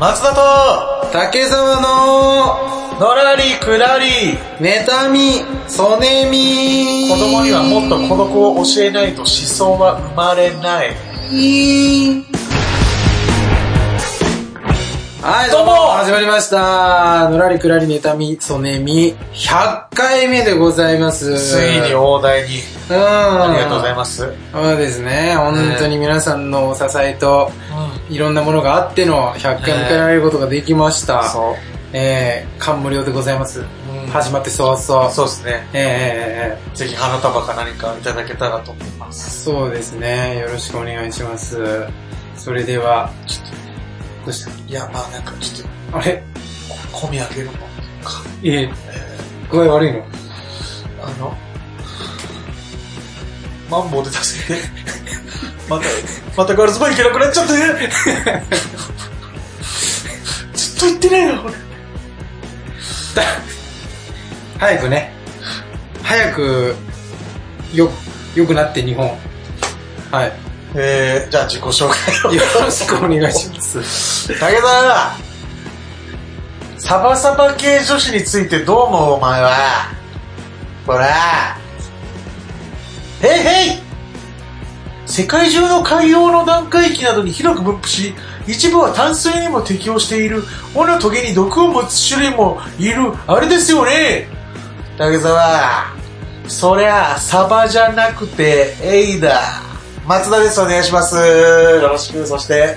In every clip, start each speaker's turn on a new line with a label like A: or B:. A: 松田と
B: 竹沢の
A: のらりくらり
B: 妬み、そねみ
A: 子供にはもっと孤独を教えないと思想は生まれない
B: はい、
A: どう
B: どう
A: も
B: も始まりました。のらりくらり妬み、そねみ、100回目でございます。
A: ついに大台に
B: うん。
A: あ
B: あ
A: りがとうござい
B: ま
A: ます、うん、
B: す。そうですね、本当に皆さんのお支えと、いろんなものがあっての100回迎えられることができました。
A: そ
B: えー、感無量でございます。
A: う、
B: 始まって早々。
A: そうですね
B: えー、
A: ぜひ花束か何かいただけたらと思います
B: そうですね。よろしくお願いします。それでは、
A: ちょっと
B: どうした
A: いやまあなんかちょっ
B: あれ
A: とこ込み上げるのか
B: え
A: え
B: 具合悪いの
A: ーあのマンボウで助けて またまたガールズバー行けなくなっちゃって ずっと行ってないの俺
B: 早くね。早く、よ、良くなって日本。はい。
A: えー、じゃあ自己紹介を
B: よろしくお願いします。
A: 武田サバサバ系女子についてどう思うお前はほらへいへい世界中の海洋の南海域などに広く分布し一部は淡水にも適応している尾のトゲに毒を持つ種類もいるあれですよね竹沢そりゃサバじゃなくてエイだ松田ですお願いしますよろしくそして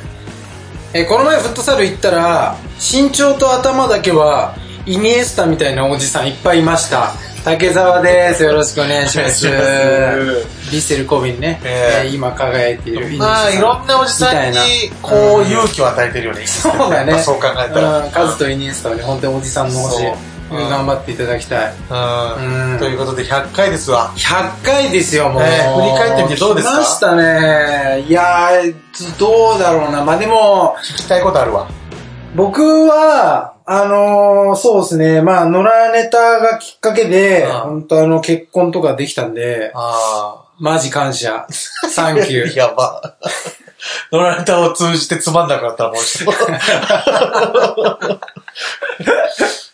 B: えーこの前フットサル行ったら、身長と頭だけは、イニエスタみたいなおじさんいっぱいいました。竹澤です。よろしくお願いします。
A: お
B: デ
A: 願いしま
B: ィッセル神戸にね、
A: えー
B: えー今輝いているイニエスタ
A: まあ、いろんなおじさんに、こう、勇気を与えてるよね。
B: そうだね。
A: そう考えたら。
B: うんカズとイニエスタはね、本当におじさんの星。
A: そううん
B: 頑張っていただきたい。
A: うん
B: うん
A: ということで、100回ですわ。
B: 100回ですよ、もう。
A: ね振り返ってみてどうですか
B: 来ましたね。いやー、どうだろうな。まあでも、
A: 聞きたいことあるわ。
B: 僕は、あのーそうですね。まあ、野良ネタがきっかけで、
A: うん
B: 本当あの、結婚とかできたんで、
A: あ
B: マジ感謝。 サンキュー。
A: やば。 野良ネタを通じてつまんなくなったらもう一度。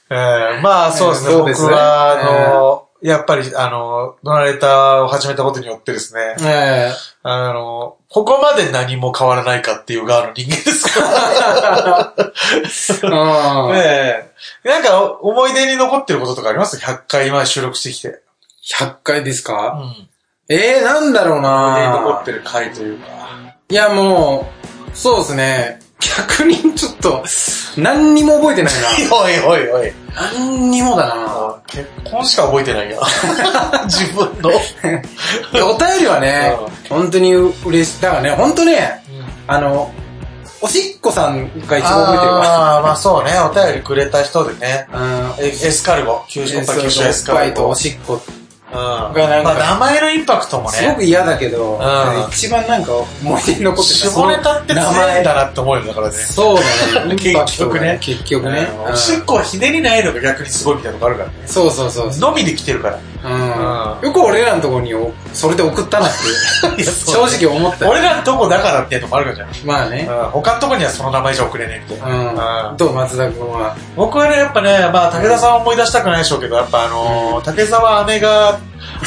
A: えーまあ、 そうですね。
B: そうですね
A: 僕は、あの、やっぱり、あの、野良ネタを始めたことによってですね、
B: え え
A: あの、ここまで何も変わらないかっていう側の人間ですから。
B: うん。
A: ねえ。なんか、お思い出に残ってることとかあります ?100 回前収録してきて。
B: 100回です
A: うん。
B: か
A: 思い
B: ええなんだろう
A: 出に
B: な
A: 残ってる回というか。
B: いや、もう、そうですね。逆にちょっと、何にも覚えてない
A: おいおいおい。
B: な。何にもだな。
A: 結婚しか覚えてないよ。 自分の。
B: でお便りはね、本当に嬉しい。だからね、本当ね、あの、おしっこさんが一番覚えてるわ。
A: ああ、まあそうね。お便りくれた人でね。
B: うん。
A: エエスカルゴ。九州から九州エス
B: お
A: カ
B: っぱ
A: ル
B: いと
A: ゴ。う
B: お
A: ん。
B: しっこ。
A: ま
B: がなんか
A: あ名前のインパクトも
B: すご
A: ね。
B: く嫌だけど、
A: ん
B: 一番なんか思い出に残ってた。
A: 絞れたって強いん
B: 名
A: だ
B: 前
A: なって思うよ、だからね。
B: そうだ ね。インパクトが結局ね。
A: うん
B: う
A: お
B: ん
A: しっこはひねりないのが逆にすごいみたいなとこあるからね。
B: そうそうそう。
A: のみで来てるから。
B: うん
A: うん
B: よく俺らのところにおそれで送ったなっていう、
A: そう
B: 正直思っ た。
A: 俺らのとこだからっていうのもあるからじ
B: まあね。
A: ゃん。うん、他のとこにはその名前じゃ送れねえみたいな。
B: う。
A: うんん
B: どう、松田君は。
A: 僕はね、やっぱね、まあ、武田さんは思い出したくないでしょうけど、やっぱあのー竹沢姉が、あ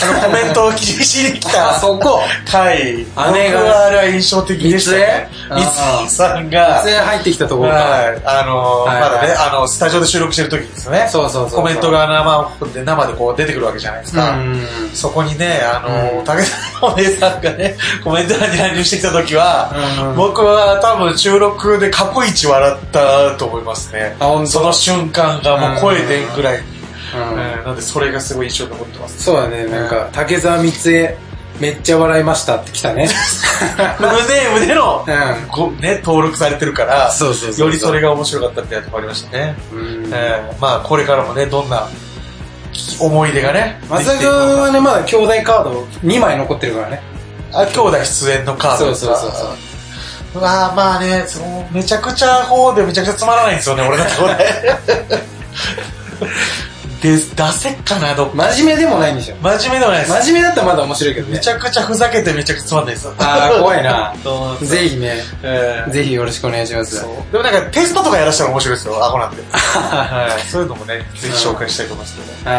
A: の、コメントを記事しに来た
B: あ、そこ。
A: 回、
B: 姉が
A: 僕はあれは印象的でしたね。
B: 三
A: 三
B: 井
A: 井さんが、
B: 全然入ってきたところか。
A: はい、あのー
B: はい
A: まだね、
B: はい
A: あの、スタジオで収録してる時にですね、
B: そうそうそうそう。
A: コメントが生で生でこう出てくるわけじゃないです
B: う
A: か。
B: ん。
A: そこにね、あのー
B: うん
A: 武田のお姉さんがね、コメント欄に乱入してきた時は、
B: うん
A: 僕は多分収録で過去一笑ったと思いますね
B: あ、。本当
A: その瞬間がもう声でんぐらいに。
B: うん
A: うんなんでそれがすごい印象に残って ます。
B: そうだね、なんか、竹澤光恵、めっちゃ笑いましたって来たね。
A: 胸、胸の、
B: うん
A: こうね、登録されてるから、
B: そうそうそう
A: よりそれが面白かったみたいなとこありましたね。
B: うん
A: えーまあこれからもね、どんな思い出がね、
B: 松
A: でき
B: 田
A: ていく
B: 君
A: のか
B: はね、まだ兄弟カード2枚残ってるからね。
A: あ、兄弟出演のカード
B: そう
A: です
B: そう
A: か
B: そうそう。
A: うわーまあね、そのめち ゃくちゃ方でめちゃくちゃつまらないんですよね、俺のところで。で、出せっかな、どっか。
B: 真面目でもないんでしょ。
A: 真面目でもないです。
B: 真面目だったらまだ面白いけどね
A: めち。ゃくちゃふざけてめちゃくちゃつまんないです。
B: あー怖いな
A: そう
B: ぜひね、
A: えー
B: ぜひよろしくお願いします。
A: そうでもなんかテストとかやらしたら面白いですよ、アホなんで。はい、そういうのもね、ぜひ紹介したいと思いますので。
B: は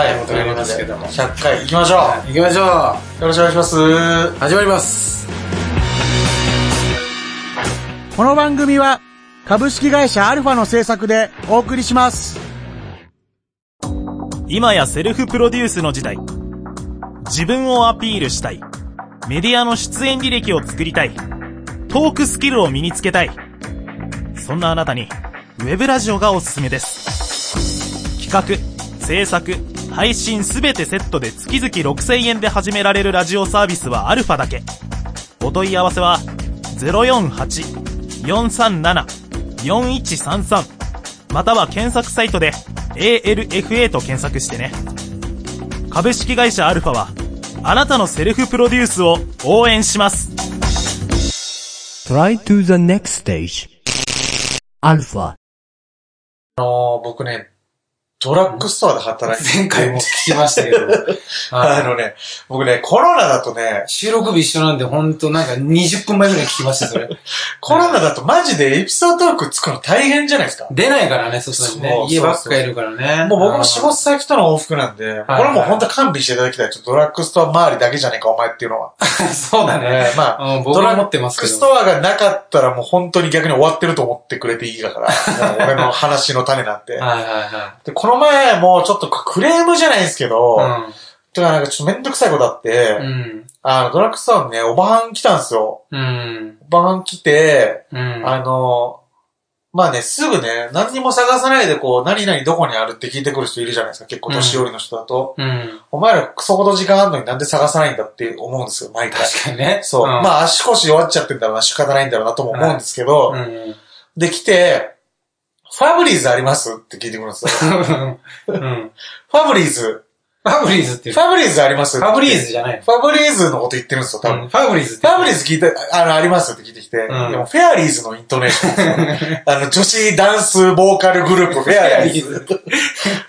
A: はい、
B: わかりますけども
A: 100回行きましょう、
B: い。行きましょ
A: よろしくお願いします。
B: う。始まります。
A: この番組は株式会社アルファの制作でお送りします。
C: 今やセルフプロデュースの時代。自分をアピールしたい。メディアの出演履歴を作りたい。トークスキルを身につけたい。そんなあなたに、ウェブラジオがおすすめです。企画、制作、配信すべてセットで月々6000円で始められるラジオサービスはアルファだけ。お問い合わせは、048-437-4133または検索サイトで ALFA と検索してね。株式会社アルファは、あなたのセルフプロデュースを応援します。
D: Try to the next stage. Alpha.
A: あのー僕ね、ドラッグストアで働いて
B: 前回も聞きましたけ ど。
A: あ
B: はい
A: のね、僕ね、コロナだとね、
B: 収録日一緒なんで、ほんとなんか20分前ぐらい聞きました、 それ。
A: コロナだとマジでエピソードトーク作るの大変じゃないですか。
B: 出ないからね、外に
A: そう
B: ね。家ばっかいるからね。
A: もう僕も仕
B: あ
A: 事先との往復なんで、こ
B: はい
A: れはもう本当勘弁していただきたい。ちょっとドラッグストア周りだけじゃねえか、お前っていうのは。
B: ー。そうだね。
A: えーまあ、
B: うん僕
A: ド
B: も
A: ラ
B: 持ってます
A: ッ
B: け
A: グ
B: ど
A: ストアがなかったらもう本当に逆に終わってると思ってくれていい から、もう俺の話の種なんて。
B: はいは
A: で、この前もちょっとクレームじゃないですけど、
B: いはい。
A: てかなんかちょっとめんどくさいことあって、
B: うん。
A: あの、ドラッグストアのね、おばはん来たんですよ。
B: うん。
A: おばはん来て、
B: うん。
A: あの、まあね、すぐね、何にも探さないでこう、何々どこにあるって聞いてくる人いるじゃないですか。結構年寄りの人だと。
B: うん。
A: お前らクソほど時間あんのになんで探さないんだって思うんですよ、毎回。
B: 確かにね。
A: そう。
B: ん
A: まあ足腰弱っちゃってんだろうな、仕方ないんだろうなとも思うんですけど、
B: うん。
A: で来て、ファブリーズありますって聞いてくるんですよ。
B: うん。
A: ファブリーズ。
B: ファブリーズっていう
A: フ。ァブリーズあります
B: ファブリーズじゃない
A: ファブリーズのこと言ってるんですよ、多
B: の。
A: 分。
B: うんファブリーズっ
A: フ
B: て。
A: ァブリーズ聞いて、あの、ありますって聞いてきて、
B: ん
A: でもフェアリーズのイントネーションです よ。あの、女子ダンスボーカルグループ、フェアリーズ。フ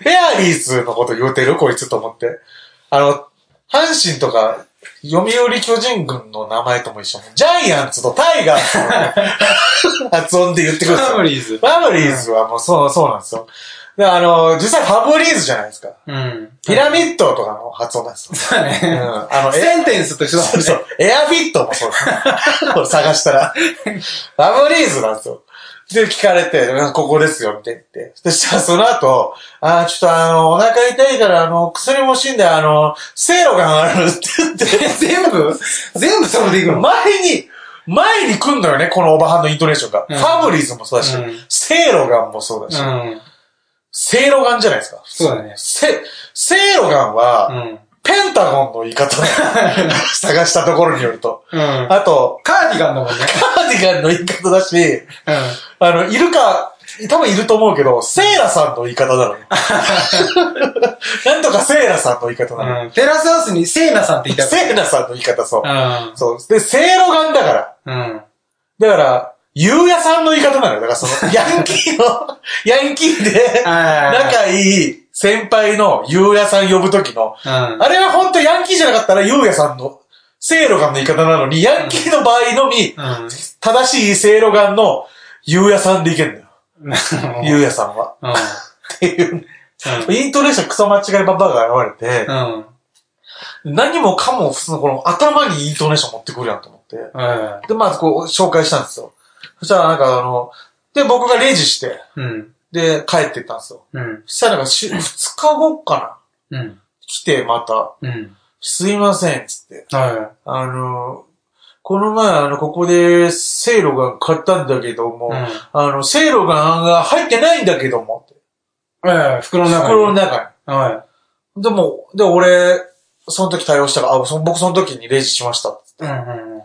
A: ェアリーズのこと言うてるこいつと思って。あの、阪神とか、読売巨人軍の名前とも一緒。ジャイアンツとタイガースの発音で言ってくるんです
B: フ
A: よ
B: ァ ブ。リーズ
A: フ。ァブリーズはもうそう、そうなんですよ。で、あの、実際ファブリーズじゃないですか。
B: うん。
A: ピラミッドとかの発音なんですよ。
B: そうだ
A: うん。
B: ね。
A: あの、え
B: センテンスと一緒だもん
A: そう
B: ね。
A: そう。エアフィットもそうです。これ探したら。ラブリーズなんですよ。で、聞かれて、うんここですよ、みたいに言って。そしたら、その後、あーちょっとあの、お腹痛いから、あの、薬も欲しいんで、あの、セいろがあるって言って、
B: 全部全部それでいくの
A: 前に、前に来んのよね、このおばはんのイントネーションが。
B: うん
A: ファブリーズもそうだし
B: うん、
A: セいろがもそうだし、
B: うん。
A: セいろがじゃないですか。
B: そうだね。
A: せ、セいろがは、
B: うん。
A: ペンタゴンの言い方を 探したところによると。
B: うん。
A: あと、
B: カーディガンだもんね。
A: カーディガンの言い方だし、
B: うん。
A: あの、いるか、多分いると思うけど、セイラさんの言い方 だろ。なんとかセイラさんの言い方だろ。
B: うんテラスハウスにセイナさんっていた
A: セイラさんの言い方、そう。
B: ら。
A: そう。で、セイロガンだから。
B: うん。うん。
A: だから、ゆうやさんの言い方なのよ。だからそ の、ヤンキーの、ヤンキーで、
B: あ
A: 仲いい先輩のゆうやさん呼ぶときの、
B: ーうん。
A: あれは本当ヤンキーじゃなかったらゆうやさんの、セイロガンの言い方なのに、ヤンキーの場合のみ、
B: うん。
A: 正しいセイロガンのゆうやさんでいけんだよ。ゆうやさんは。
B: うん。
A: っていう。イントネーションクソ間違いババアが現れて
B: う、ん。うん。
A: 何もかも普通のこの頭にイントネーション持ってくるやんと思って。
B: うん
A: で、まずこう紹介したんですよ。そしたらなんかあの、で、僕がレジして、
B: うん。
A: で、帰ってったんですよ。
B: うん。
A: そしたらなんかし、2日後かな
B: うん。
A: 来てまた、
B: うん。
A: すいません、つって。
B: は
A: あの、この前、あの、ここで、セイロガン買ったんだけども、
B: い。うん。
A: あの、セイロガンが入ってないんだけども、って
B: ええ、袋の中に。
A: 袋の中に。
B: は
A: でも、で、俺、その時対応したから、あ、そ僕その時にレジしました。
B: い。うんうん。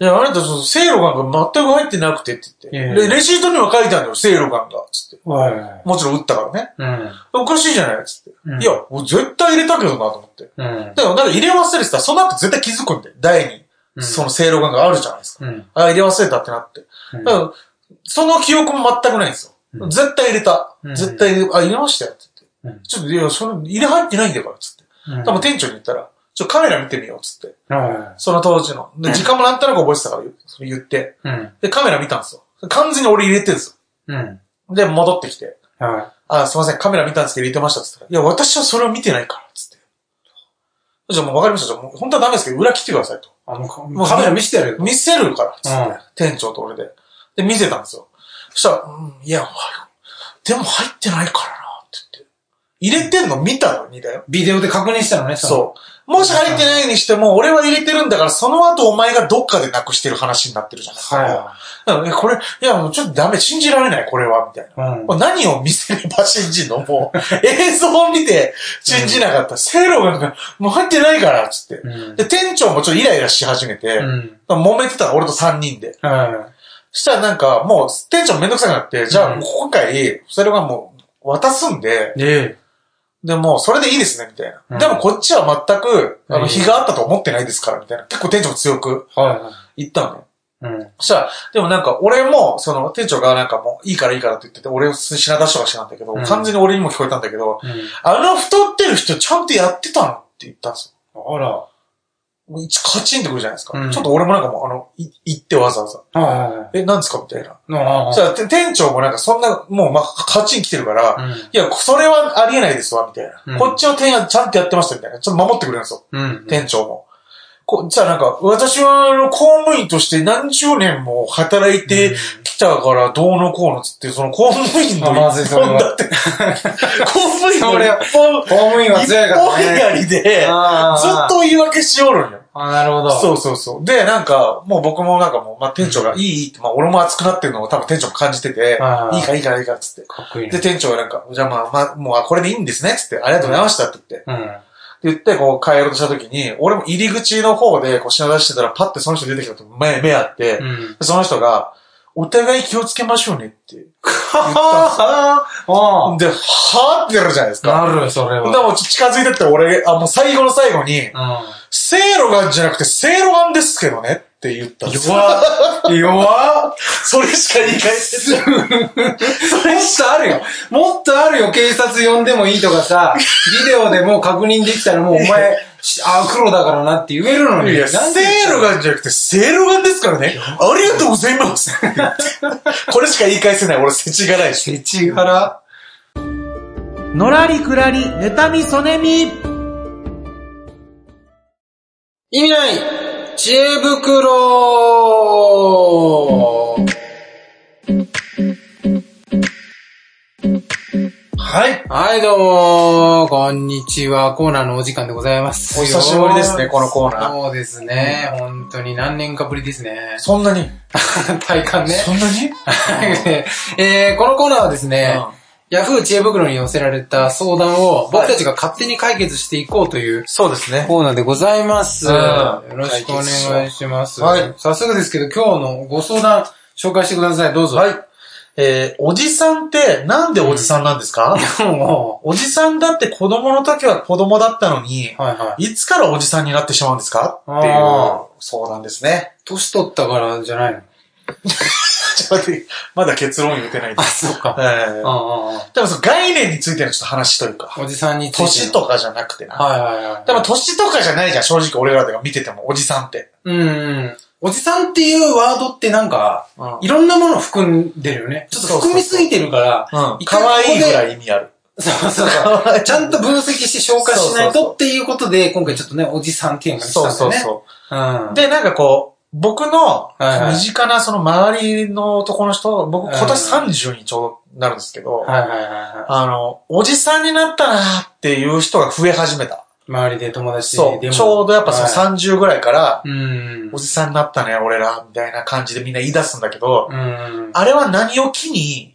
A: いや、あなた、その、セイロガンが全く入ってなくてって
B: い
A: 言
B: やい
A: っ
B: や
A: て。で、レシートには書いてあるんだよ、セイロガンが、つって。
B: はい。
A: もちろん打ったからね。
B: うん。
A: おかしいじゃない、つって。
B: うん
A: いや、俺絶対入れたけどな、と思って。
B: うん。
A: でも、なんか入れ忘れてたら、その後絶対気づくんで、台
B: う
A: に。
B: ん
A: その、セイロガンがあるじゃないですか。
B: うん。
A: あ、入れ忘れたってなって。だから、その記憶も全くないんです
B: う
A: よ。
B: ん
A: 絶対入れた
B: う。ん
A: 絶対入れ、あ、入れましたよ、って言って。
B: うん
A: ちょっと、いや、それ、入れ入ってないんだから、つって。多分店長に言ったら、ちょ、カメラ見てみよう、つって。
B: は
A: その当時の。で、時間もなんとなく覚えてたから、それ言って。
B: い。うん。
A: で、カメラ見たんですよ。完全に俺入れてんです
B: うん。
A: よ。で、戻ってきて。
B: はい。
A: あ、すいません、カメラ見たんですけど入れてました、つったら。いや、私はそれを見てないから、つって。じゃあもうわかりました。じゃあもう本当はダメですけど、裏切ってくださいと。
B: あ、もうか
A: もう
B: カメラ見せてやるよ。
A: 見せるから、つって、
B: うん
A: 店長と俺で。で、見せたんですよ。そしたら、うん、いや、お前でも入ってないからな、って言って。入れてんの見たのにだよ。
B: ビデオで確認したのね、う。
A: そう。もし入ってないにしても、俺は入れてるんだから、その後お前がどっかでなくしてる話になってるじゃないですか。
B: は
A: なのでこれ、いや、もうちょっとダメ、信じられない、これは、みたいな。
B: い。うん。
A: もう何を見せれば信じんのもう、 映像を見て信じなかった。セロが、もう入ってないから、つって。
B: うん。
A: で、店長もちょっとイライラし始めて、
B: うん。
A: 揉めてたの俺と3人で。
B: は
A: したらなんか、もう、店長めんどくさくなって、じゃあ、
B: うん
A: 今回、それがもう、渡すんで、
B: い。で、
A: で、もう、それでいいですね、みたいな。
B: うん
A: でも、こっちは全く、あ
B: う
A: の、
B: ん
A: 日があったと思ってないですから、みたいな。結構店長も強く
B: は
A: 言ったのね。
B: い。うん。
A: そしたら、でもなんか、俺も、その、店長がなんかもう、いいからいいからって言ってて、俺を品出しとかしてたんだけど、
B: うん
A: 完全に俺にも聞こえたんだけど、あの太ってる人ちゃんとやってたのって言ったんですよ。
B: うん。あら。は
A: もう一カチンってくるじゃないですか。
B: うん
A: ちょっと俺もなんかもう、あの、い行ってわざわざ。
B: いはいはい。
A: え、なんですかみたいな。
B: あ
A: そしたら、て店長もなんかそんな、もう、ま、カチン来てるから、
B: あ。
A: いや、それはありえないですわ、みたいな。
B: うん
A: こっちの店員はちゃんとやってました、みたいな。ちょっと守ってくれるんですよ、
B: うん。うん。
A: 店長も。こじゃあなんか、私は、あの、公務員として何十年も働いてきたから、どうのこうのつって、その公務員の
B: あまずい
A: 一
B: それは
A: 本だって、公務員の
B: それは
A: 一本、
B: 公務員は
A: 一
B: 強いから
A: 本
B: ね。
A: やりで、
B: あ
A: ずっ
B: ー。
A: と言い訳しよるんよ。
B: あ、なるほど。。
A: そううそうそう。で、なんか、もう僕もなんかもう、まあ、店長がいい、いいって、まあ、俺も熱くなってるのを多分店長も感じてて、いい
B: あー
A: からいいからいいからっつって。
B: かっこいい
A: で、
B: ね。
A: 店長がなんか、じゃあまあ、まあ、もうこれでいいんですね、つって、ありがとうございましたって言って。
B: うん。
A: で言って、こう、帰ろうとした時に、俺も入り口の方で、こう、品出してたら、パッてその人出てきたと、目、目あって、
B: うん。
A: その人が、お互い気をつけましょうねって。
B: ああ。
A: で、はぁってなるじゃないですか。
B: なる、それ
A: で
B: は。
A: もう近づいてって、俺、あ、もう最後の最後に、
B: う
A: セイロガンじゃなくて、セイロガンですけどねって言ったんですよ。
B: ん。弱っ
A: それしか言い 返せない。
B: もっとあるよ。もっとあるよ。警察呼んでもいいとかさ、ビデオでもう確認できたらもうお前、しあ、黒だからなって言えるのに。
A: いや、セ
B: なんで
A: ールガンじゃなくて、セールガンですからね。ありがとうござい ます。これしか言い返せない。俺、世知がないし。
B: 世知辛。
E: のらりくらり、妬みそねみ。
B: 意味ない知恵袋
A: はい。
B: はい、どうもこんにちは。コーナーのお時間でございます。
A: お久しぶりですねこのコーナー
B: そうですね。本当に何年かぶりですね。
A: そんなに
B: 体感ね。
A: そんなに
B: えーこのコーナーはですね、
A: うん
B: ヤフー知恵袋に寄せられた相談を僕たちが勝手に解決していこうという
A: そうですね。
B: コーナーでございます。
A: うん
B: よろしくお願いします。
A: はい
B: 早速ですけど、今日のご相談紹介してください。どうぞ。
A: はい。えー、おじさんって、なんでおじさんなんですか、
B: も
A: おじさんだって子供の時は子供だったのに
B: う、、はいはい。
A: いつからおじさんになってしまうんですかっていう
B: あ
A: 相談ですね。
B: 年取ったからじゃないの
A: ちょっと待って、まだ結論言ってないで
B: あ、
A: す。
B: そうか。
A: え
B: う
A: ー、
B: んうんうん
A: でもその概念についてのちょっと話というか、
B: おじさんについての。
A: 年とかじゃなくてな。
B: はいはいはい。
A: でも、年とかじゃないじゃん、正直俺らで見てても、おじさんって。
B: うんうん。おじさんっていうワードってなんか、いろんなもの含んでるよね。ちょっと含みすぎてるから、
A: うん。
B: 一回
A: 可愛いぐら
B: こ
A: い意味ある。
B: こで。そうそうそう。ちゃんと分析して消化しない
A: そうそうそ
B: と
A: う
B: っていうことで、今回ちょっとね、おじさんテーマにしたん
A: そう
B: だよね。
A: そうそ
B: うん。
A: う。で、なんかこう、僕の
B: はいはい
A: 身近なその周りの男の人、僕
B: うん
A: 今年30にちょうどなるんですけど、
B: はいはいはいは
A: あの、おじさんになったなーっていう人が増え始めた。
B: い。周りで友達で
A: そ
B: で
A: う。
B: も
A: ちょうどやっぱそ
B: はい
A: の30ぐらいから、
B: うん。
A: おじさんになったね、俺ら、みたいな感じでみんな言い出すんだけど、
B: うん。
A: あれは何を機に、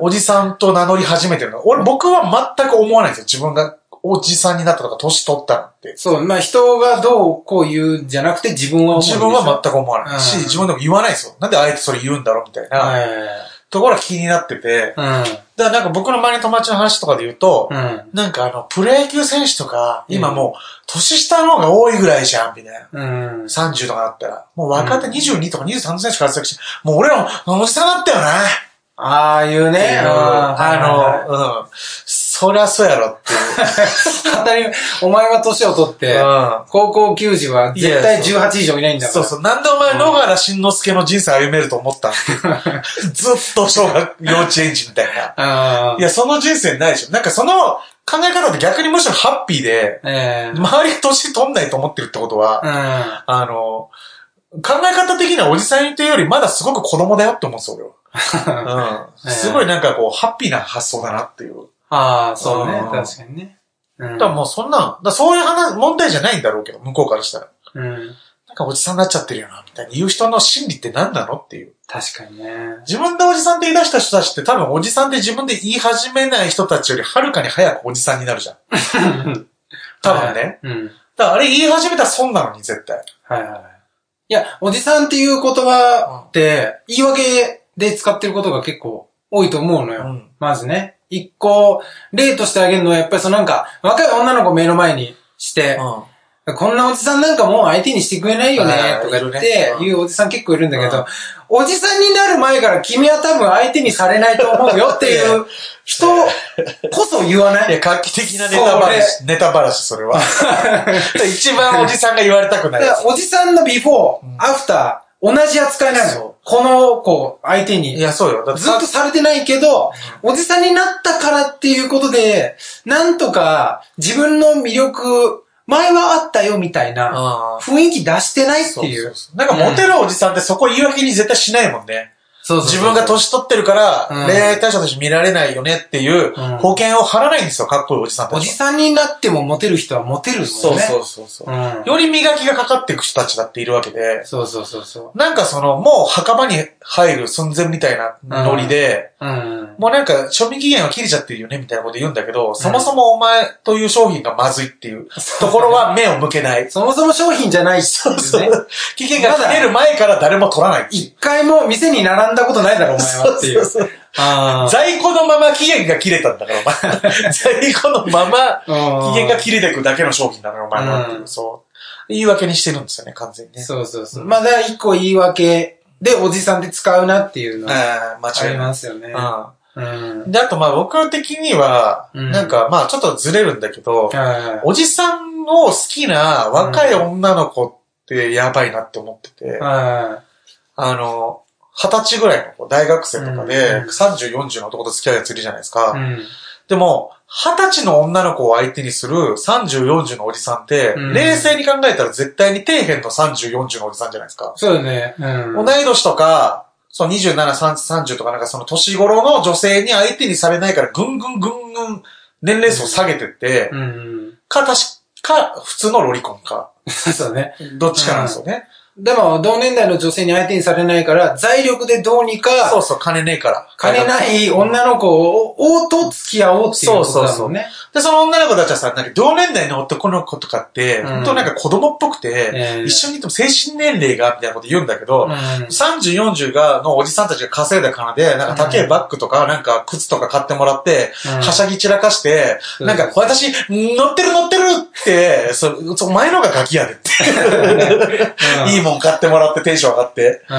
A: おじさんと名乗り始めてるの俺、僕は全く思わないんですよ。自分がおじさんになったとか、年取ったなんて。
B: そう、まあ人がどうこう言うんじゃなくて自分は思うんでしょ
A: 自分は全く思わないし、
B: うん
A: 自分でも言わないですよ。なんであえてそれ言うんだろうみたいな、
B: は
A: ところが気になってて。
B: い。
A: だからなんか僕の周りの友達の話とかで言うと
B: う、ん。うん。
A: なんかあの、プロ野球選手とか、
B: うん
A: 今もう、年下の方が多いぐらいじゃん、みたいな。
B: うん。
A: 30とかだったら。もう若手22とか23選手活躍して、もう俺らもおじさんだったよね。
B: ああいうね。
A: あ
B: あ
A: の、うん。そりゃそうやろって
B: 当たり前、お前は年を取って
A: いう。、うん。
B: 高校球児は絶対18以上いないんだか
A: そう
B: ら。
A: そう。なんでお前、野原慎之介の人生歩めると思ったんずっと小学、幼稚園児みたいな。
B: あ
A: いや、その人生ないでしょ。なんかその考え方って逆にむしろハッピーで、
B: あ。ええ
A: 周りが年取んないと思ってるってことは、あの、考え方的にはおじさんというよりまだすごく子供だよって思うんですよ、俺は。
B: うん。あ
A: うん。すごいなんかこう、ハッピーな発想だなっていう。
B: あ、そうね
A: う。ん
B: 確かにね。うん
A: だからもうそんなん、だからそういう話、問題じゃないんだろうけど、向こうからしたら。
B: うん。
A: なんかおじさんになっちゃってるよな、みたいに言う人の心理って何なのっていう。
B: 確かにね。
A: 自分でおじさんって言い出した人たちって多分おじさんって自分で言い始めない人たちよりはるかに早くおじさんになるじゃん。多分ね。
B: はい。うん。
A: だからあれ言い始めたら損なのに、絶対。
B: はいはい。いや、おじさんっていう言葉って、言い訳で使ってることが結構多いと思うのよ。
A: うん
B: まずね。一個、例としてあげるのは、やっぱりそのなんか、若い女の子を目の前にして、
A: うん。
B: こんなおじさんなんかもう相手にしてくれないよね
A: あー、
B: とか言っ
A: い
B: て
A: る、ね
B: 言うおじさん結構いるんだけ
A: う
B: ど、おじさんになる前から君は多分相手にされないと思うよっていう人こそ言わない
A: いや、画期的なネタバラ
B: そ
A: シ、ネタバラシ、それ は。一番おじさんが言われたくない
B: だ
A: や
B: からおじさんのビフォー、アフター、同じ扱いなんですよ。この子、相手
A: つ。
B: に
A: い。や、そうよ。だって
B: ずっとされてないけど、おじさんになったからっていうことで、なんとか自分の魅力、前はあったよみたいな
A: あ
B: 雰囲気出してないって
A: そう
B: い
A: そう
B: う。
A: そうなんかモテるおじさんってそこ言い訳に絶対しないもんね。
B: そう
A: 自分が年取ってるから、
B: うん
A: 恋愛対象として見られないよねっていう
B: うん
A: 保険を張らないんですよ、かっこいいおじさんたちは。
B: おじさんになってもモテる人はモテるもんね。
A: そうそうそうそう。
B: うん
A: より磨きがかかっていく人たちだっているわけで、
B: そうそうそうそ
A: なんかその、もう墓場に入る寸前みたいなノリで、
B: う。うん。
A: もうなんか、賞味期限は切れちゃってるよね、みたいなこと言うんだけど、そもそもお前という商品がまずいっていうところは目を向けない。
B: そもそも商品じゃないっていうね。
A: 期限が切れる前から誰も取らない。
B: 一回も店に並んだことないだろ、お前はっていう。
A: そうそうそう
B: あ
A: 在庫のまま期限が切れたんだから、お前。在庫のまま
B: あ。
A: 期限が切れていくだけの商品だから、お前はっていうう。
B: ん
A: そう。言い訳にしてるんですよね、完全にね。
B: そうそうそう。まあ、だから一個言い訳でおじさんって使うなっていうのは
A: ああ、間
B: あ
A: 違
B: り
A: いない
B: ま。すよね。
A: うん
B: うん。
A: で、あとまあ僕的には、
B: うん
A: なんかまあちょっとずれるんだけど、
B: は
A: おじさんを好きな若い女の子ってやばいなって思ってて、
B: い。は
A: あの、二十歳ぐらいの子、大学生とか
B: う
A: で、
B: ん
A: 30、40の男と付き合うやついるじゃないですか。
B: い。うん。
A: でも、二十歳の女の子を相手にする30、40のおじさんって、
B: うん
A: 冷静に考えたら絶対に底辺の30、40のおじさんじゃないですか。
B: そうだね。うん。
A: 同い年とか、その27、30 30とかなんかその年頃の女性に相手にされないからぐんぐんぐんぐん年齢層下げてって、
B: うんうん。
A: か、たし、か、普通のロリコンか。
B: そうだね。
A: どっちかなんですよね。
B: でも、同年代の女性に相手にされないから、財力でどうにか、
A: そうそう、金ねえから。
B: 金ない女の子を、をと付き合おうっていうことだもんね。
A: で、その女の子たちはさ、なんか同年代の男の子とかって、
B: うん
A: 本当なんか子供っぽくて、
B: ええ
A: 一緒にいても精神年齢が、みたいなこと言うんだけど、
B: うん
A: 30、40が、のおじさんたちが稼いだ金で、なんか高いバッグとか、なんか靴とか買ってもらって、
B: うん
A: はしゃぎ散らかして、
B: うん
A: なんか、私、乗ってる乗ってるって、そ、そお前のがガキやでって。
B: うん
A: いいもん買ってもらってテンション上がって。
B: う
A: う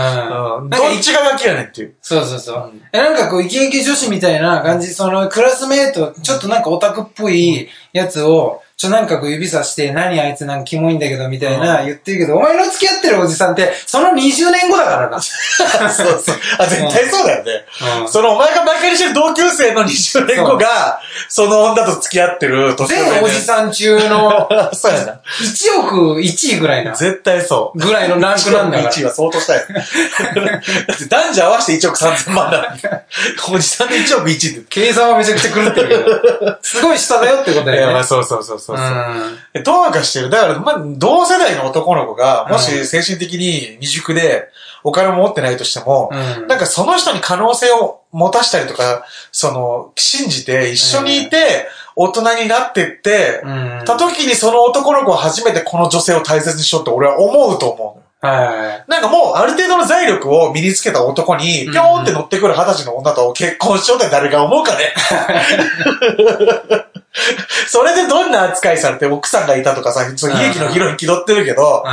A: んん。
B: な
A: ど
B: んか
A: っちがガキやねんっていう。
B: そうそうそう
A: うん。
B: え、なんかこう、イケイケ女子みたいな感じ、その、クラスメイト、ちょっとなんかオタクっぽいやつを、ちょ、なんかこう指さして、何あいつなんかキモいんだけど、みたいな言ってるけど、お前の付き合ってるおじさんって、その20年後だからな。
A: そうそう。あ、絶対そうだよね。そのお前が毎回にしてる同級生の20年後が、その女と付き合ってる年上
B: 全おじさん中の、
A: ん。そうやな。
B: 1億1位ぐらいな。
A: 絶対そう。
B: ぐらいのランクなんだから
A: 1位は相当したい。 だって男女合わせて1億3000万だもん。おじさんで1億1って。
B: 計算はめちゃくちゃ狂ってるけど。すごい下だよってことだ
A: いや、
B: よ
A: まあ
B: ね。
A: そうそうそうそうう。
B: ん。
A: うどうかしてる。だから、まあ、同世代の男の子が、も
B: う
A: し
B: ん
A: 精神的に未熟で、お金も持ってないとしても、
B: うん
A: なんかその人に可能性を持たしたりとか、その、信じて一緒にいて、大人になってって、
B: うん
A: た時にその男の子は初めてこの女性を大切にしようって俺は思うと思うのよ。
B: はい。
A: なんかもうある程度の財力を身につけた男に、ぴょーんって乗ってくる二十歳の女と結婚しようって誰が思うかね。 それでどんな扱いされて奥さんがいたとかさ、その悲劇のヒロイン気取ってるけど、
B: は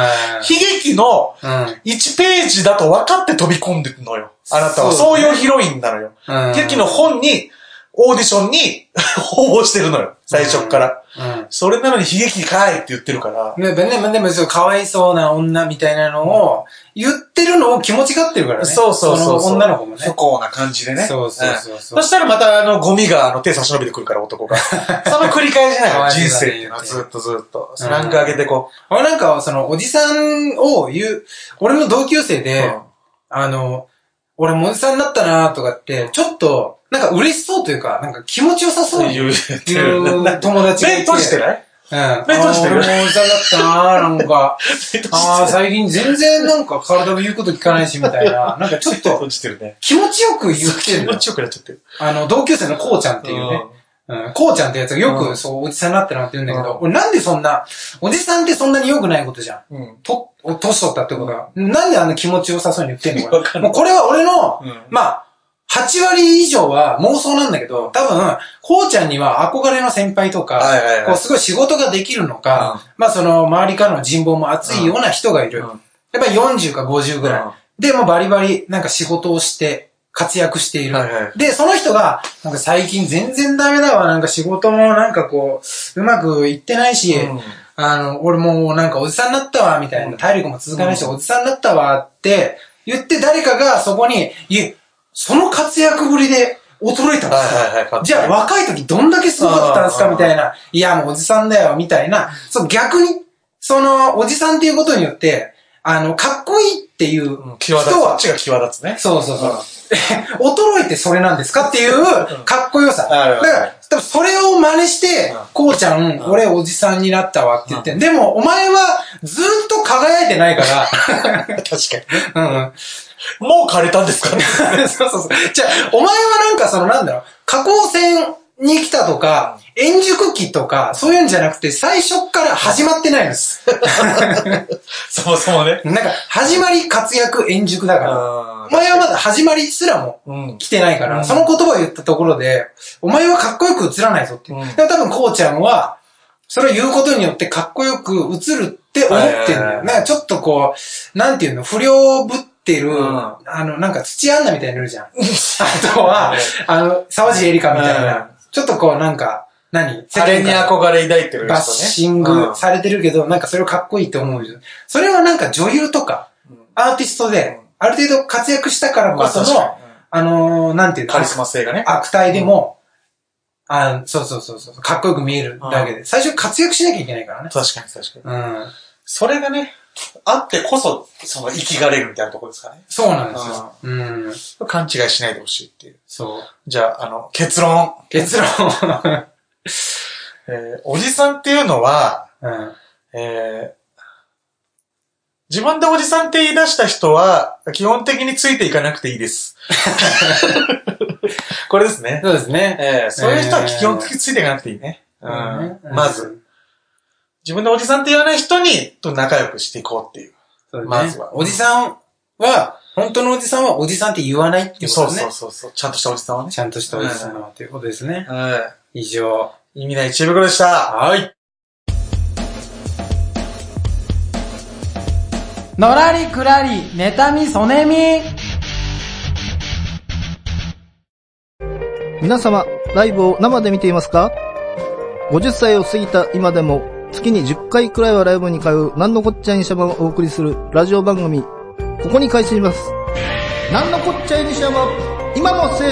A: 悲劇の
B: い。うん。
A: 1ページだと分かって飛び込んでるのよ。あなたは。
B: そ
A: そうう
B: ね
A: いうヒロインなのよ。
B: うん
A: 劇の本に、オーディションに 応募してるのよ。最初っから。
B: うん。
A: それなのに悲劇かいって言ってるから。
B: ね、でも、でも、そう、かわいそうな女みたいなのを、言ってるのを気持ちがってるからね。
A: そうそうそうそう。
B: の女の子も
A: 不
B: ね。
A: 幸な感じでね。
B: そうそうそうそうん
A: そしたらまた、あの、ゴミが、あの、手差し伸びてくるから、男 が。その繰り返しな
B: 可
A: がら、
B: 愛
A: 人
B: いね
A: 生っていうのはずっとずっと、ランク上げてこ
B: 俺なんかは、その、おじさんを言う、俺の同級生
A: う。
B: で、
A: うん
B: あの、俺もおじさんになったなとかって、ちょっと、なんか嬉しそうというか、なんか気持ちよさそうに
A: 言う
B: 言う友達がいて。
A: 目閉じてない
B: うん。
A: 目閉じてる
B: あー俺もおじさんだったなーなん か。ああ、最近全然なんか体の言うこと聞かないし、みたいな。なんかちょっ
A: 目
B: と
A: 閉じてるね。
B: 気持ちよく言って
A: 気
B: んの
A: 持。ちよくなっちゃってる。
B: あの、同級生のこうちゃんっていうね。うん、こうちゃんってやつがよくそう、おじさんになったなって言うんだけ
A: う
B: ど、俺なんでそんな、おじさんってそんなに良くないことじゃん。
A: うん。
B: と、お年取ったってことが、なんであんな気持ちよさそうに言ってんの
A: わか
B: こ
A: んな
B: れ。もうこれは俺の、
A: うん
B: まあ、8割以上は妄想なんだけど、多分、こうちゃんには憧れの先輩とか、
A: はいはいはい
B: こうすごい仕事ができるのか、まあその周りからの人望も厚いような人がいる。
A: うん
B: やっぱり40か50ぐらい。
A: うん
B: で、もうバリバリなんか仕事をして、活躍している。
A: はいはい
B: で、その人が、なんか最近全然ダメだわ、なんか仕事もなんかこう、うまくいってないし、
A: うん
B: あの、俺もうなんかおじさんになったわ、みたいな、体力も続かないし、おじさんになったわって言って誰かがそこに、いえ、その活躍ぶりで衰えたんですか、
A: はいはいはい
B: じゃあ若い時どんだけすごかったんです
A: う
B: か
A: ん
B: みたいな。いや、もうおじさんだよ、みたいな。そう、逆に、その、おじさんっていうことによって、あの、かっこいいっていう
A: うん
B: 人
A: 際立つ。こ
B: は
A: っ、ちが際立つ ね。
B: そうそうそう。 衰えてそれなんですかっていう、かっこよさ。だ
A: はいはい
B: か
A: はい
B: ら、多分それを真似して
A: うん、
B: こうちゃん、俺おじさんになったわって言って、でもお前はずっと輝いてないから、
A: 確か
B: うん
A: に。もう枯れたんですかね。
B: うん。 そうそうそう。じゃあ、お前はなんかそのなんだろう、下降線に来たとか、円熟期とか、そういうんじゃなくて、最初から始まってないんです。
A: そもそもね。
B: なんか、始まり活躍円熟だから。お前はまだ始まりすらも
A: うん。
B: 来てないから、
A: うん
B: その言葉を言ったところで、お前はかっこよく映らないぞって。
A: うん
B: だから多分こうちゃんは、それを言うことによってかっこよく映るって思ってん
A: はいはいは
B: だ
A: いは
B: よ。
A: い
B: なんかちょっとこう、なんていうの、不良ぶってる、
A: うん
B: あの、なんか土あんなみたいにな るじゃん。あとは
A: はい、
B: あの、沢尻エリカみたい
A: うん
B: な、ちょっとこうなんか、何
A: あれに憧れ抱いてる人ね。
B: バッシ
A: う
B: ン
A: ん
B: グされてるけど、なんかそれをかっこいいと思うじゃん。それはなんか女優とか、アーティストで、ある程度活躍したからこその、
A: まあ確かにうん
B: あのーなんていうの
A: カリスマ性がね。
B: 悪態でも、あそうそうそうそう、かっこよく見えるだけで、最初活躍しなきゃいけないからね。
A: 確かに確かに。
B: うん。
A: それがね、あってこそ、その、生きがれるみたいなところですからね。
B: そうなんですよ。うん。
A: 勘違いしないでほしいっていう。
B: そう。
A: じゃあ、あの、結論。
B: 結論。
A: えーおじさんっていうのは、
B: うん。
A: えー自分でおじさんって言い出した人は、基本的についていかなくていい です。これですね。
B: そうですね。
A: えーそういう人は基本的についていかなくていいね。うんまず、。自分でおじさんって言わない人に、と仲良くしていこうっていう。
B: そうですね
A: まずは
B: おじさんは、本当のおじさんはおじさんって言わないっていうこと
A: そう
B: ね。
A: そうそうそう。ちゃんとしたおじさんはね。
B: ちゃんとしたおじさんはということですね。
A: うん
B: 以上。
A: 意味ない知恵袋でした。
B: はい。
E: のらりくらり、妬み、そねみ。
F: 皆様、ライブを生で見ていますか ?50 歳を過ぎた今でも、月に10回くらいはライブに通う、なんのこっちゃいにしゃばをお送りする、ラジオ番組、ここに開始します。なんのこっちゃいにしゃば、今も青春、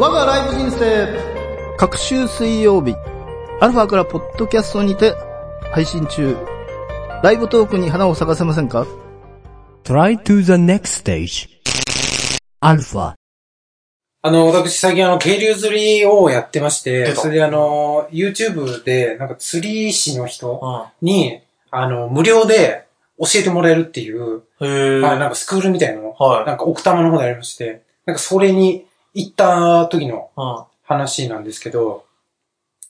F: 我がライブ人生。各週水曜日、アルファからポッドキャストにて、配信中。ライブトークに花を咲かせませんか
D: Try to the next stage. Alpha.
B: あの、私最近あの、渓流釣りをやってまして、
A: 出た
B: それであの、YouTube で、なんか釣り師の人
A: うん。
B: に、あの、無料で教えてもらえるっていう、
A: へえ。
B: あなんかスクールみたいなの、
A: はい
B: なんか奥多摩の方でありまして、なんかそれに行った時の
A: うん。
B: 話なんですけど、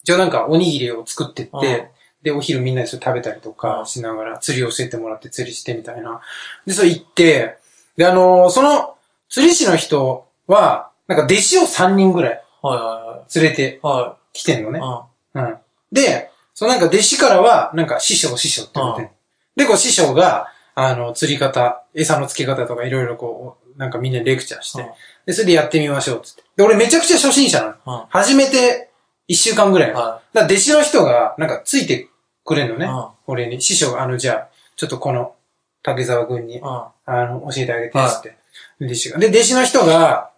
B: じゃあなんかおにぎりを作ってって、
A: うん
B: で、お昼みんなでそれ食べたりと
A: う
B: か
A: ん
B: しながら釣りを教えてもらって釣りしてみたいな。で、それ行って、で、あのーその釣り師の人は、なんか弟子を3人ぐらい
A: はいは
B: 連れ
A: い
B: て
A: は
B: きてんの
A: い。
B: ね。
A: は
B: うん。で、そのなんか弟子からは、なんか師匠師匠って言ってんの、で、こう師匠が、あの、釣り方、餌の付け方とかいろいろこう、なんかみんなレクチャーして、
A: うん
B: で、それでやってみましょうっつって。で、俺めちゃくちゃ初心者なの。
A: うん
B: 初めて一週間ぐらい。だ
A: は
B: から弟子の人が、なんかついてくれるのね。
A: うん
B: 俺に、師匠が、あの、じゃあ、ちょっとこの、竹沢くんに、
A: い。うん。
B: あの、教えてあげて、つって。弟子が。で、弟子の人が、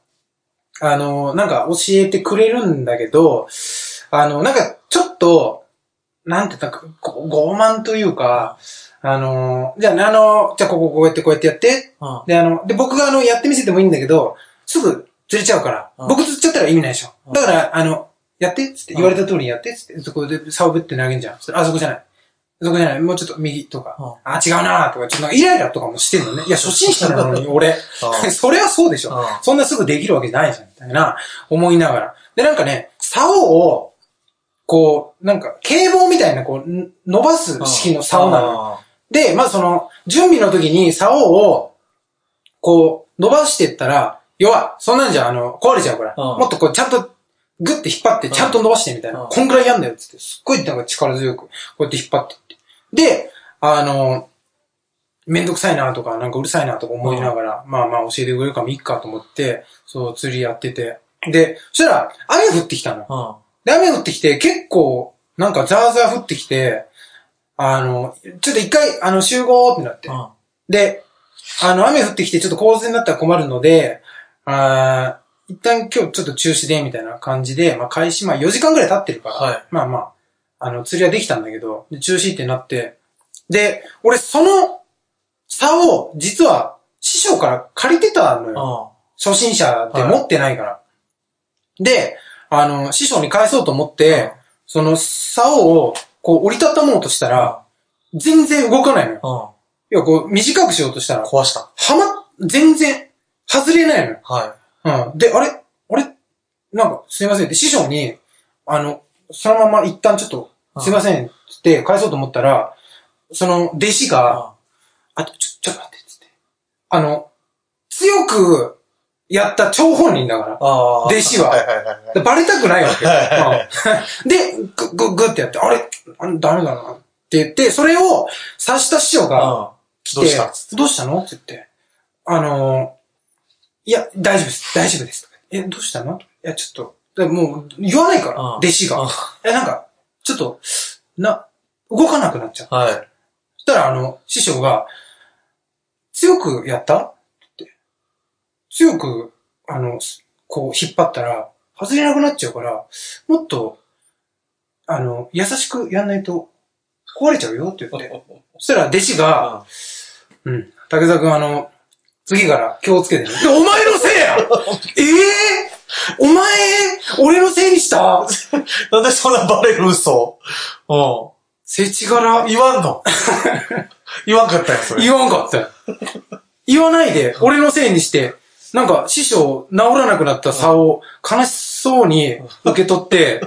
B: あの、なんか教えてくれるんだけど、あの、なんかちょっと、なんて言ったか、ご傲慢というか、あの、じゃあね、あの、じゃあこここうやってこうやってやって、
A: うん。
B: で、あの、で、僕があの、やってみせてもいいんだけど、すぐずれちゃうから、
A: うん
B: 僕ずっちゃったら意味ないでしょ。
A: ん
B: だから、あの、やってっつって、言われた通りにやってっつって、そこでサをぶって投げんじゃん。そしたらあ、そこじゃない。そこじゃない。もうちょっと右とか。
A: うん
B: あ、違うなとか、ちょっとなんかイライラとかもしてんのね。いや、初心者 なのに俺。 それはそうでしょ。
A: うん
B: そんなすぐできるわけないじゃん、みたいな、思いながら。で、なんかね、竿を、こう、なんか、警棒みたいな、こう、ん伸ばす式の竿なの。で、まあその、準備の時に竿を、こう、伸ばしてったら、要は、そんなんじゃ、あの、壊れちゃうから、
A: うん
B: もっとこう、ちゃんと、グッて引っ張って、
A: ん
B: ちゃんと伸ばしてみたいな。
A: うん
B: こんぐらいやんだよ、つって。すっごいなんか力強く、こうやって引っ張ってって。で、あの、めんどくさいなとか、なんかうるさいなとか思いながら、まあまあ教えてくれるかもいいかと思って、そう、釣りやってて。で、そしたら、雨降ってきたの。
A: うん。うん。
B: で、雨降ってきて、結構、なんかザーザー降ってきて、あの、ちょっと一回、あの、集合ってなって。
A: うん。
B: で、あの、雨降ってきてちょっと洪水になったら困るので、あー一旦今日ちょっと中止で、みたいな感じで、まあ開始、まあ4時間ぐらい経ってるから、
A: はい
B: まあまあ、あの、釣りはできたんだけど、で中止ってなって、で、俺その差を、実は、師匠から借りてたのよ。
A: う
B: 初心者って持ってないから。で、あの、師匠に返そうと思って、その、竿を、こう、折りたたもうとしたら、全然動かないのよ。
A: ん。うん。
B: いや、こう、短くしようとしたら、は
A: 壊した。
B: ま、全然、外れないのよ。
A: はい。
B: うん。で、あれあれなんか、すいませんって、師匠に、あの、そのまま一旦ちょっと、
A: ん
B: すいませんって言って返そうと思ったら、その、弟子が、あと、ちょ、ちょっと待って、つって。あの、強くやった張本人だから。
A: ああ。
B: 弟子は
A: はいはいはいはい。
B: でバレたくないわけ。うんで、ぐ、ぐ、ぐってやって、あれ、あれダメだな。って言って、それを察した師匠が来て、
A: どうしたっ
B: どうしたのって言って、あのーいや、大丈夫です、大丈夫です。え、どうしたのいや、ちょっと、でもう、言わないから、
A: うん
B: 弟子
A: う
B: が
A: ん。
B: え、なんか、ちょっと、な、動かなくなっちゃう。
A: うんはい。
B: そしたら、あの、師匠が、強くやったって言って強く、あの、すこう、引っ張ったら、外れなくなっちゃうから、もっと、あの、優しくやんないと、壊れちゃうよって言 って。そしたら、弟子が、うん、竹沢くん、あの、次から気をつ けてね。でお前のせいやええお前、俺のせいにした
A: なんでそんなバレる嘘うん。
B: せちがら
A: 言わんの言わんかったよ、それ。
B: 言わんかったよ。言わないで、俺のせいにして、なんか師匠、治らなくなった差を悲しそうに受け取って、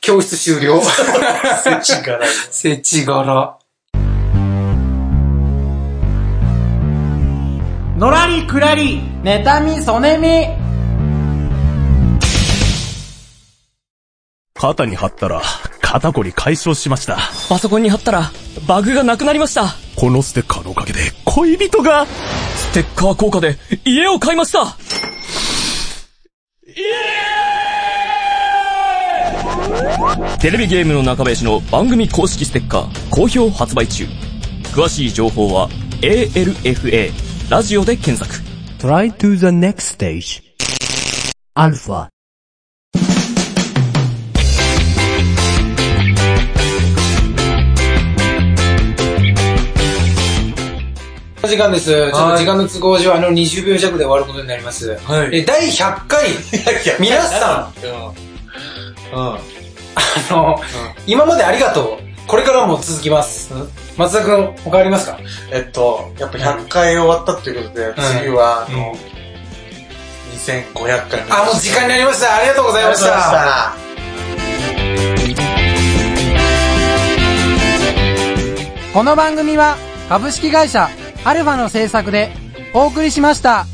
B: 教室終了。
A: 世知辛い。
B: せちがら。
E: のらりくらり、妬み、そねみ。
C: 肩に貼ったら、肩こり解消しました。
G: パソコンに貼ったら、バグがなくなりました。
C: このステッカーのおかげで、恋人が、
G: ステッカー効果で家を買いましたテレビゲームの中林の番組公式ステッカー、好評発売中。詳しい情報は、ALFA、ラジオで検索。
D: Try to the next stage. Alpha.
B: 時間です。ちょっと時間の都合上、あの20秒弱で終わることになります。
A: はい
B: え第100回、皆さん、
A: うん。うん。
B: あの、今までありがとう。これからも続きます。松田くん、他ありますか
A: えっと、やっぱ100回終わったっていうことで、次は、あの、2500回目。
B: あ、もう時間になりました。ありがとうございまし。
A: ありがとうございましたた。
E: この番組は、株式会社、アルファの制作で、お送りしました。